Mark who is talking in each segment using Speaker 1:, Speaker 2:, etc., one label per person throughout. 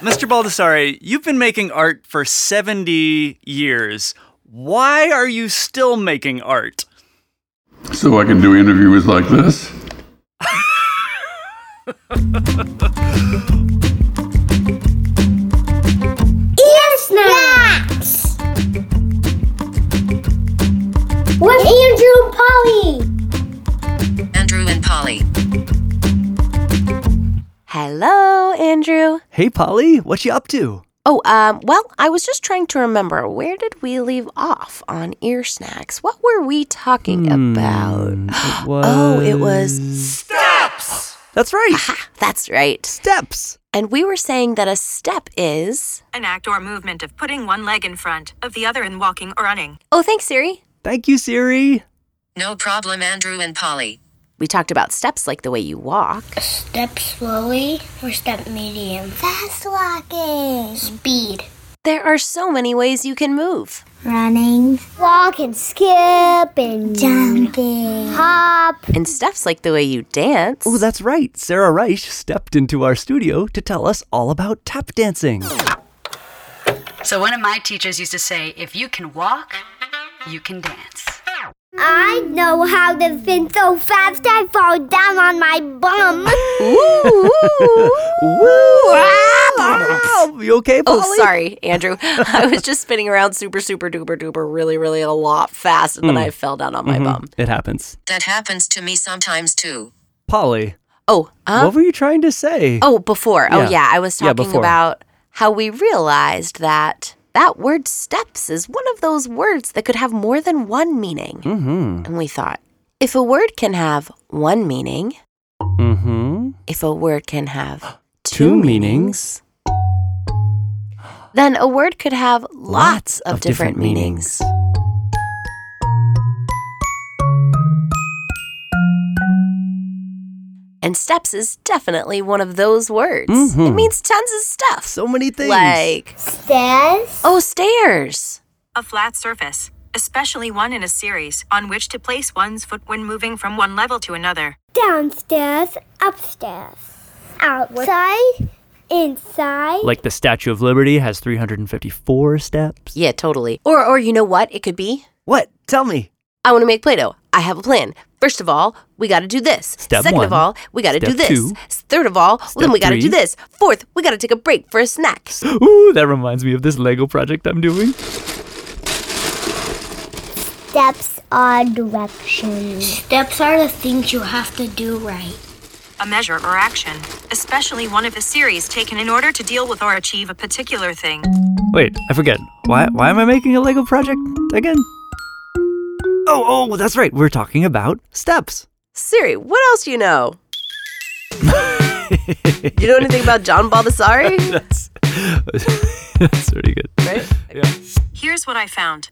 Speaker 1: Mr. Baldessari, you've been making art for 70 years. Why are you still making art?
Speaker 2: So I can do interviews like this.
Speaker 3: Ear snacks with Andrew and Polly.
Speaker 4: Andrew and Polly.
Speaker 5: Hello, Andrew.
Speaker 1: Hey, Polly, what you up to?
Speaker 5: Oh, um, well, I was just trying to remember where did we leave off on ear snacks? What were we talking about? Oh, it was
Speaker 1: That's right,
Speaker 5: that's right.
Speaker 1: steps.
Speaker 5: And we were saying that a step is
Speaker 4: An act or movement of putting one leg in front of the other and walking or running.
Speaker 5: Oh, thanks, Siri.
Speaker 1: Thank you, Siri.
Speaker 4: No problem, Andrew and Polly.
Speaker 5: We talked about steps like the way you walk.
Speaker 3: Step slowly or step medium. Fast walking. Speed.
Speaker 5: There are so many ways you can move.
Speaker 3: Running. Walk and skip and jumping. Hop.
Speaker 5: And steps like the way you dance.
Speaker 1: Oh, that's right. Sarah Reich stepped into our studio to tell us all about tap dancing.
Speaker 6: So one of my teachers used to say, if you can walk, you can dance.
Speaker 3: I know how to spin so fast I fall down on my bum.
Speaker 1: Woo! Ah! You okay, Polly?
Speaker 5: Oh, sorry, Andrew. I was just spinning around super, super duper duper really, really a lot fast, and then I fell down on my
Speaker 7: Mm-hmm.
Speaker 5: bum.
Speaker 1: Mm-hmm. It happens.
Speaker 4: That happens to me sometimes too.
Speaker 1: Polly,
Speaker 5: Oh, um,
Speaker 1: what were you trying to say?
Speaker 5: Oh, before.
Speaker 1: Yeah.
Speaker 5: Oh, yeah. I was
Speaker 1: Yeah,
Speaker 5: talking
Speaker 1: before.
Speaker 5: about how we realized that that word steps is one of those words that could have more than one meaning.
Speaker 1: Mm-hmm.
Speaker 5: And we thought if a word can have one meaning,
Speaker 1: Mm-hmm.
Speaker 5: if a word can have
Speaker 1: Two
Speaker 5: two,
Speaker 1: meanings.
Speaker 5: meanings, then a word could have lots, of,
Speaker 1: of different
Speaker 5: different, meanings. And steps is definitely one of those words. It
Speaker 1: Mhm.
Speaker 5: means tons of stuff.
Speaker 1: So many things.
Speaker 5: Like,
Speaker 3: Stairs.
Speaker 5: oh, stairs.
Speaker 4: A flat surface, especially one in a series, on which to place one's foot when moving from one level to another.
Speaker 3: Downstairs. Upstairs. Outside. Inside.
Speaker 7: Like the Statue of Liberty has 354 steps.
Speaker 5: Yeah, totally. Or, or you know what? It could be.
Speaker 1: What? Tell me.
Speaker 5: I want to make Play-Doh. I have a plan. First of all, we got to do this.
Speaker 7: Step
Speaker 5: Second of
Speaker 7: one.
Speaker 5: all, we got to do
Speaker 7: Step
Speaker 5: this.
Speaker 7: two.
Speaker 5: Third of all, well, then
Speaker 7: Step
Speaker 5: we got to do
Speaker 7: three.
Speaker 5: this. Fourth, we got to take a break for a snack.
Speaker 7: Ooh, that reminds me of this Lego project I'm doing.
Speaker 3: Steps are directions. Steps are the things you have to do right.
Speaker 4: A measure or action, especially one of a series taken in order to deal with or achieve a particular thing.
Speaker 7: Wait, I forget. Why why am I making a Lego project again? Oh, oh, that's right. We're talking about steps.
Speaker 5: Siri, what else do you know? you know anything about John Baldessari?
Speaker 7: That's That's pretty good.
Speaker 5: Right?
Speaker 4: Here's what I found.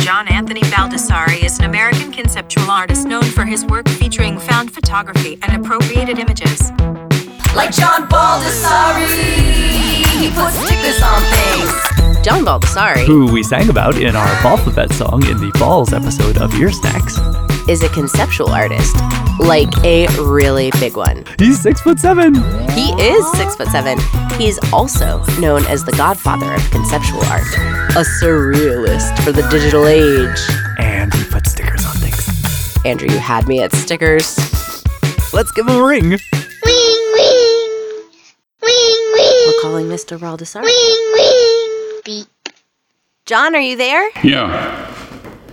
Speaker 4: John Anthony Baldessari is an American conceptual artist known for his work featuring found photography and appropriated images.
Speaker 5: Like John Baldessari, he puts stickers on things. John Baldessari
Speaker 7: Who we sang about in our Balphabet song in the Balls episode of Ear Snacks.
Speaker 5: is a conceptual artist, like a really big one.
Speaker 7: He's six foot seven.
Speaker 5: He is six foot seven. He's also known as the godfather of conceptual art, a surrealist for the digital age.
Speaker 7: And he puts stickers on things.
Speaker 5: Andrew, you had me at stickers.
Speaker 7: Let's give him a ring.
Speaker 3: Ring, ring. Ring, ring.
Speaker 5: We're calling Mr. Baldessari.
Speaker 3: Ring, ring. Beep.
Speaker 5: John, are you there?
Speaker 2: Yeah.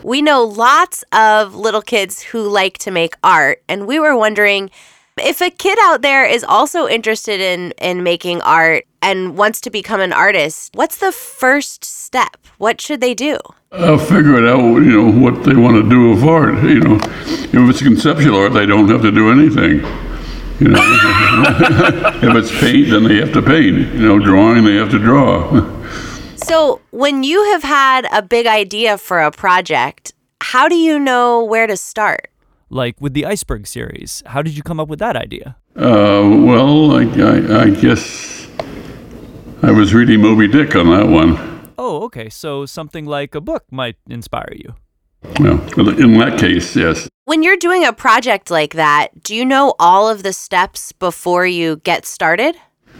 Speaker 5: We know lots of little kids who like to make art, and we were wondering if a kid out there is also interested in in making art and wants to become an artist, what's the first step? What should they do?
Speaker 2: I'll figure it out, you know, what they want to do with art, you know. If it's conceptual art, they don't have to do anything, you know. if it's paint, then they have to paint, you know, drawing, they have to draw.
Speaker 5: So, when you have had a big idea for a project, how do you know where to start?
Speaker 7: Like with the iceberg series. How did you come up with that idea?
Speaker 2: Uh, well, I, I, I guess I was reading Moby Dick on that one.
Speaker 7: Oh, okay. So something like a book might inspire you.
Speaker 2: Well, in that case, yes.
Speaker 5: When you're doing a project like that, do you know all of the steps before you get started?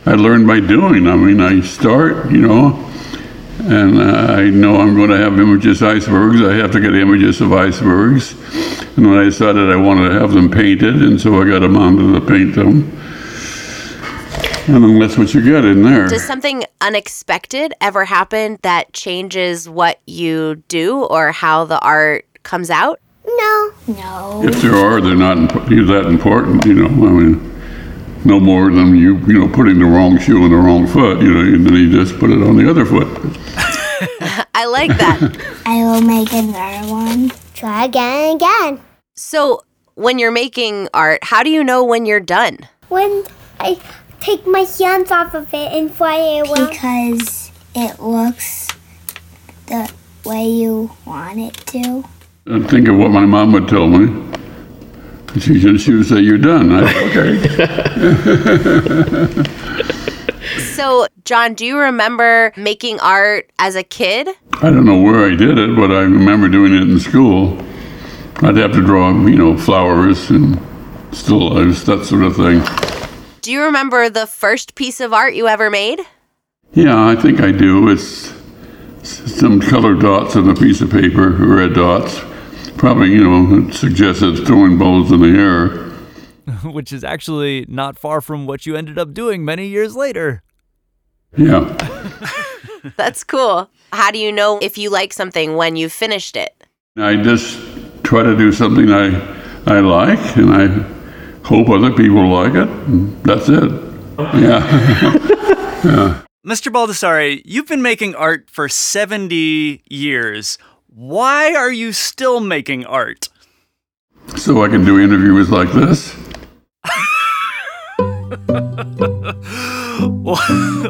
Speaker 2: I learn by doing. I mean, I start, you know, and uh, I know I'm going to have images of icebergs. I have to get images of icebergs. And when I decided I wanted to have them painted, and so I got them onto the paint them. And then that's what you get in there.
Speaker 5: Does something unexpected ever happen that changes what you do or how the art comes out?
Speaker 3: No. No.
Speaker 2: If there are, they're not imp- that important, you know. I mean, no more than you, you know, putting the wrong shoe on the wrong foot, you know, and then you just put it on the other foot.
Speaker 5: I like that.
Speaker 3: I will make another one. Try again and again.
Speaker 5: so, when you're making art, how do you know when you're done?
Speaker 3: When I take my hands off of it and fly it away. Because it looks the way you want it to.
Speaker 2: And think of what my mom would tell me. She, she would say, You're done. I, okay.
Speaker 5: So, John, do you remember making art as a kid?
Speaker 2: I don't know where I did it, but I remember doing it in school. I'd have to draw, you know, flowers and still lives, that sort of thing.
Speaker 5: Do you remember the first piece of art you ever made?
Speaker 2: Yeah, I think I do. It's s- some colored dots on a piece of paper, red dots. Probably, you know, it suggested throwing balls in the air.
Speaker 7: Which is actually not far from what you ended up doing many years later.
Speaker 2: Yeah.
Speaker 5: That's cool. How do you know if you like something when you've finished it?
Speaker 2: I just try to do something I, I like, and I hope other people like it. and That's it. Yeah.
Speaker 1: Mr. Baldessari, you've been making art for 70 years. Why are you still making art?
Speaker 2: So I can do interviews like this.
Speaker 1: Well,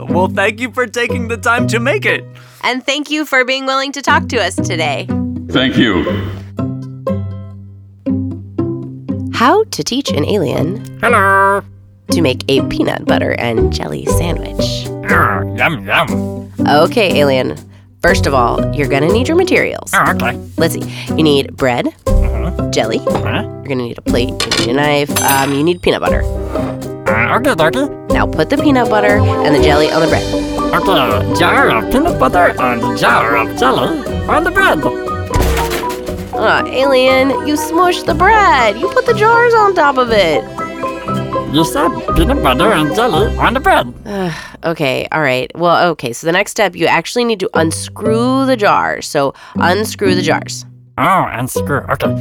Speaker 1: well, thank you for taking the time to make it.
Speaker 5: And thank you for being willing to talk to us today.
Speaker 2: Thank you.
Speaker 5: How to teach an alien Hello to make a peanut butter and jelly sandwich.
Speaker 8: Yum, yum.
Speaker 5: Okay, alien. First of all, you're gonna need your materials.
Speaker 8: Oh, okay.
Speaker 5: Let's see. You need bread, jelly.
Speaker 8: Huh?
Speaker 5: You're gonna need a plate. You need a knife. Um, you need peanut butter.
Speaker 8: Uh, okay, dokie.
Speaker 5: Now put the peanut butter and the jelly on the bread.
Speaker 8: Okay, jar of peanut butter and jar of jelly on the bread.
Speaker 5: Aw, Uh, alien, you smushed the bread. You put the jars on top of it.
Speaker 8: You said peanut butter and jelly on the bread.
Speaker 5: Okay, all right. Well, okay, so the next step, you actually need to unscrew the jars. So unscrew the jars.
Speaker 8: Oh, and screw. Okay.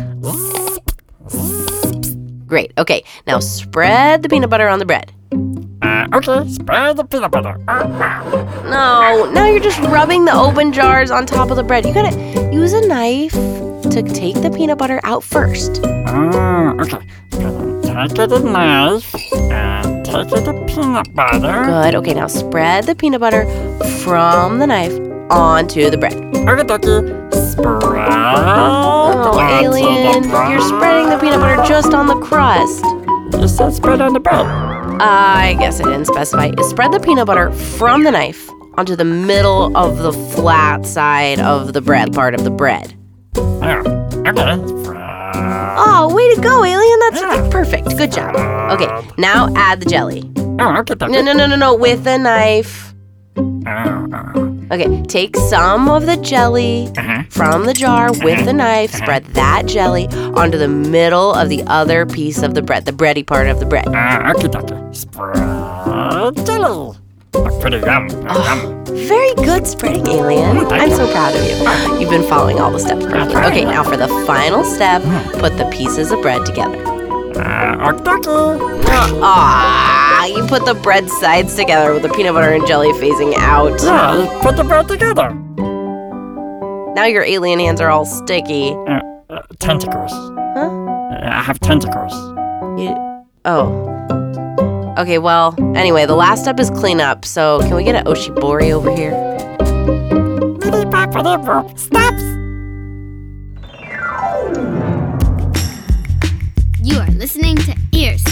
Speaker 5: Great. Okay, now spread the peanut butter on the bread.
Speaker 8: Uh, okay, spread the peanut butter. Uh,
Speaker 5: No, now you're just rubbing the open jars on top of the bread. You gotta use a knife to take the peanut butter out first.
Speaker 8: Oh, okay. Take it a knife and take it the peanut butter.
Speaker 5: Good. Okay, now spread the peanut butter from the knife onto the bread.
Speaker 8: Okay, dokie. Spread.
Speaker 5: Oh,
Speaker 8: onto the
Speaker 5: alien,
Speaker 8: bread.
Speaker 5: you're spreading the peanut butter just on the crust.
Speaker 8: You said spread on the bread.
Speaker 5: I guess I didn't specify. Spread the peanut butter from the knife onto the middle of the flat side of the bread, part of the bread.
Speaker 8: Oh, okay. Spread.
Speaker 5: Oh, way to go, alien. That's that's perfect. Good job. Okay, now add the jelly.
Speaker 8: Oh, okay, dokie.
Speaker 5: No, no, no, no, no, with a knife. Okay, take some of the jelly from the jar with the knife, spread that jelly onto the middle of the other piece of the bread, the bready part of the bread.
Speaker 8: Uh, okay, dokie. Spread jelly. Look pretty yum. yum.
Speaker 5: Very good spreading alien. I'm so proud of you. You've been following all the steps perfectly. Okay, now for the final step, put the pieces of bread together.
Speaker 8: Uh, okay, dokie.
Speaker 5: Ah, you put the bread sides together with the peanut butter and jelly facing out.
Speaker 8: Yeah, you put the bread together.
Speaker 5: Now your alien hands are all sticky.
Speaker 8: Uh, uh, tentacles. Huh? I have tentacles.
Speaker 5: You, oh. Okay, well, anyway, the last step is cleanup, so can we get an Oshibori over here?
Speaker 8: Stops.
Speaker 9: You are listening to Ears.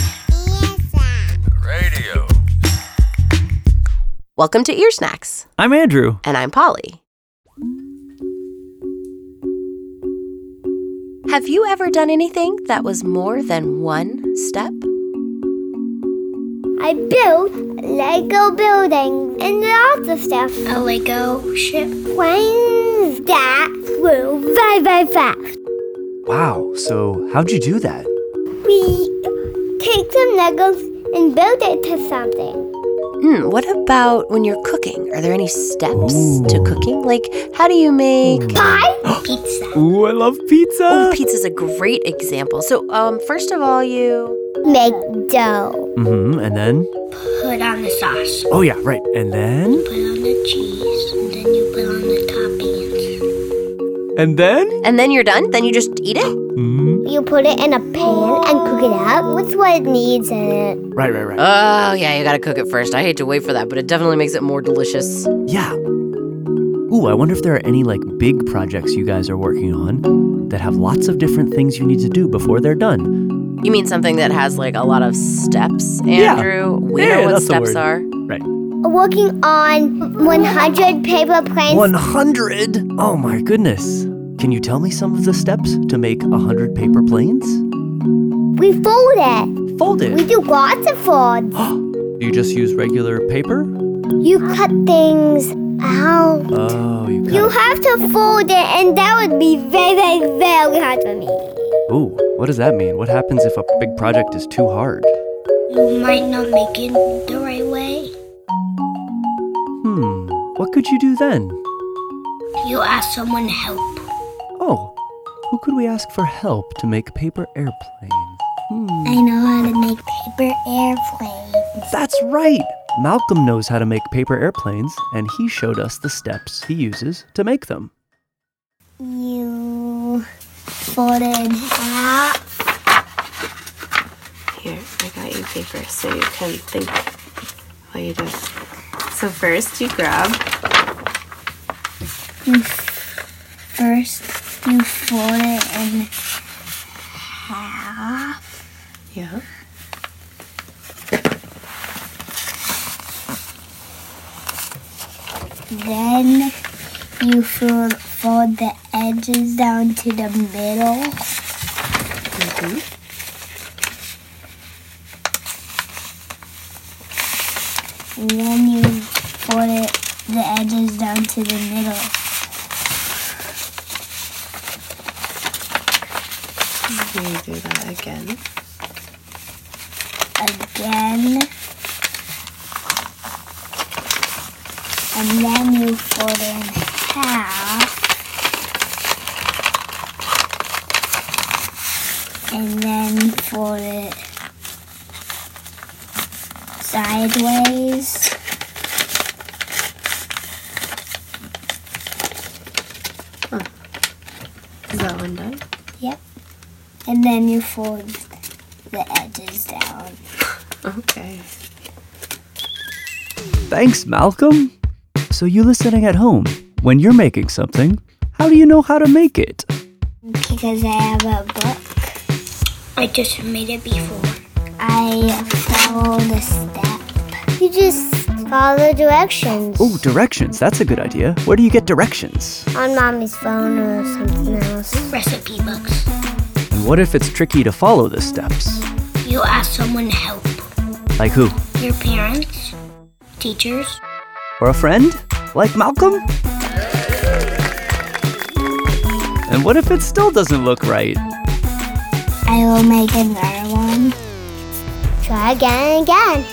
Speaker 5: Welcome to Ear Snacks,
Speaker 7: I'm Andrew.
Speaker 5: and I'm Polly. Have you ever done anything that was more than one step?
Speaker 3: I I build Lego buildings and lots of stuff. A Lego ship. Planes that flew very, very fast.
Speaker 7: Wow, so how'd you do that?
Speaker 3: We take some Legos and build it to something.
Speaker 5: Hmm, what about when you're cooking? Are there any steps to cooking? Like, how do you make.
Speaker 3: Pie? Pizza.
Speaker 7: Ooh, I love pizza.
Speaker 5: Oh, pizza's a great example. So, um, first of all, you.
Speaker 3: Make dough.
Speaker 7: Mm-hmm. And then?
Speaker 3: Put on the sauce.
Speaker 7: Oh yeah, right. And then?
Speaker 3: Put on the cheese. And then you put on the toppings.
Speaker 7: And then?
Speaker 5: And then you're done? Then you just eat it?
Speaker 7: Mm.
Speaker 3: You put it in a pan and cook it up with what it needs in it.
Speaker 7: Right, right, right.
Speaker 5: Oh, yeah, you gotta cook it first. I hate to wait for that, but it definitely makes it more delicious.
Speaker 7: Yeah. Ooh, I wonder if there are any like big projects you guys are working on that have lots of different things you need to do before they're done.
Speaker 5: You mean something that has like a lot of steps,
Speaker 7: Yeah.
Speaker 5: Andrew? We
Speaker 7: Yeah,
Speaker 5: know what
Speaker 7: that's the
Speaker 5: steps
Speaker 7: word.
Speaker 5: are.
Speaker 7: Right.
Speaker 3: Working on 100 paper planes.
Speaker 7: 100. Oh my goodness. Can you tell me some of the steps to make 100 paper planes?
Speaker 3: We fold it.
Speaker 7: Fold
Speaker 3: We
Speaker 7: it.
Speaker 3: do lots of folds.
Speaker 7: You just use regular paper?
Speaker 3: You cut things out.
Speaker 7: Oh, you
Speaker 3: You
Speaker 7: got it.
Speaker 3: have to fold it, and that would be very, very, very hard for me.
Speaker 7: Ooh, what does that mean? What happens if a big project is too hard?
Speaker 3: You might not make it the right way.
Speaker 7: Hmm. What could you do then?
Speaker 3: You ask someone help.
Speaker 7: Oh, who could we ask for help to make paper airplanes? Hmm.
Speaker 3: I know how to make paper airplanes.
Speaker 7: That's right! Malcolm knows how to make paper airplanes, and he showed us the steps he uses to make them.
Speaker 3: You fold it out.
Speaker 10: Here, I got you paper so you can think while you do it. So first you grab
Speaker 3: First, you fold it in half.
Speaker 10: Yeah.
Speaker 3: Then, you fold, fold the edges down to the middle. Mm-hmm. And then you fold it, the edges down to the middle.
Speaker 10: you do that again.
Speaker 3: again. And then you fold it in half. And then fold it sideways.
Speaker 10: Is that one done?
Speaker 3: Yep. And then you fold the edges down.
Speaker 10: Okay.
Speaker 7: Thanks, Malcolm! So, you listening at home, when you're making something, how do you know how to make it?
Speaker 3: Because I have a book. I just made it before. I follow the step. You just follow directions.
Speaker 7: Oh, directions, that's a good idea. Where do you get directions?
Speaker 3: On mommy's phone or something else. Recipe books.
Speaker 7: And what if it's tricky to follow the steps?
Speaker 3: You ask someone help.
Speaker 7: Like who?
Speaker 3: Your parents, teachers.
Speaker 7: Or a friend? Like Malcolm? And what if it still doesn't look right?
Speaker 3: I will make another one. Try again and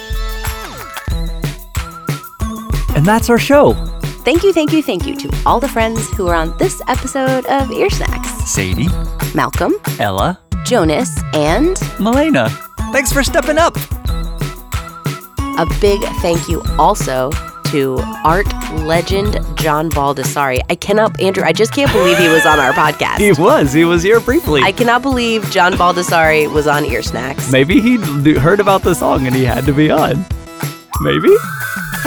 Speaker 3: again.
Speaker 7: And that's our show.
Speaker 5: Thank you, thank you, thank you to all the friends who are on this episode of Ear Snacks
Speaker 7: Sadie,
Speaker 5: Malcolm,
Speaker 7: Ella,
Speaker 5: Jonas, and
Speaker 7: Milena. Thanks for stepping up.
Speaker 5: a big thank you also to art legend John Baldessari. I cannot, Andrew, I just can't believe he was on our
Speaker 7: He
Speaker 5: podcast.
Speaker 7: was. He was here briefly.
Speaker 5: I cannot believe John Baldessari was on Ear Snacks.
Speaker 7: Maybe he kn- heard about the song and he had to be on. Maybe?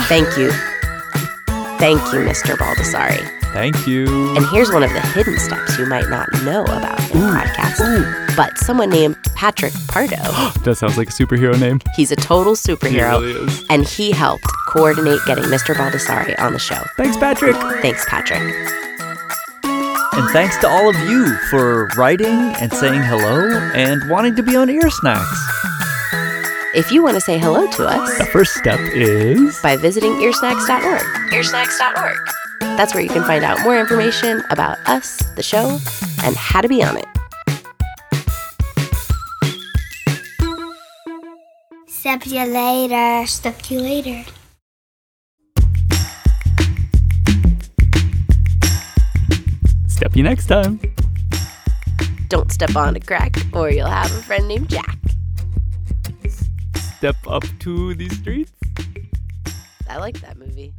Speaker 5: Thank you. Thank you, Mr. Baldessari.
Speaker 7: Thank you.
Speaker 5: And here's one of the hidden steps you might not know about in the podcast. But someone named Patrick Pardo,
Speaker 7: That sounds like a superhero name.
Speaker 5: he's a total superhero,
Speaker 7: really is.
Speaker 5: and he helped coordinate getting Mr. Baldessari on the show.
Speaker 7: Thanks, Patrick.
Speaker 5: Thanks, Patrick.
Speaker 7: And thanks to all of you for writing and saying hello and wanting to be on Ear Snacks.
Speaker 5: If you want to say hello to us,
Speaker 7: The first step is
Speaker 5: by visiting earsnacks.org.
Speaker 4: Earsnacks.org.
Speaker 5: That's where you can find out more information about us, the show, and how to be on it.
Speaker 3: Step you later. Step you later.
Speaker 7: step you next time.
Speaker 5: Don't step on a crack, or you'll have a friend named Jack.
Speaker 7: Step up to the streets.
Speaker 5: I like that movie.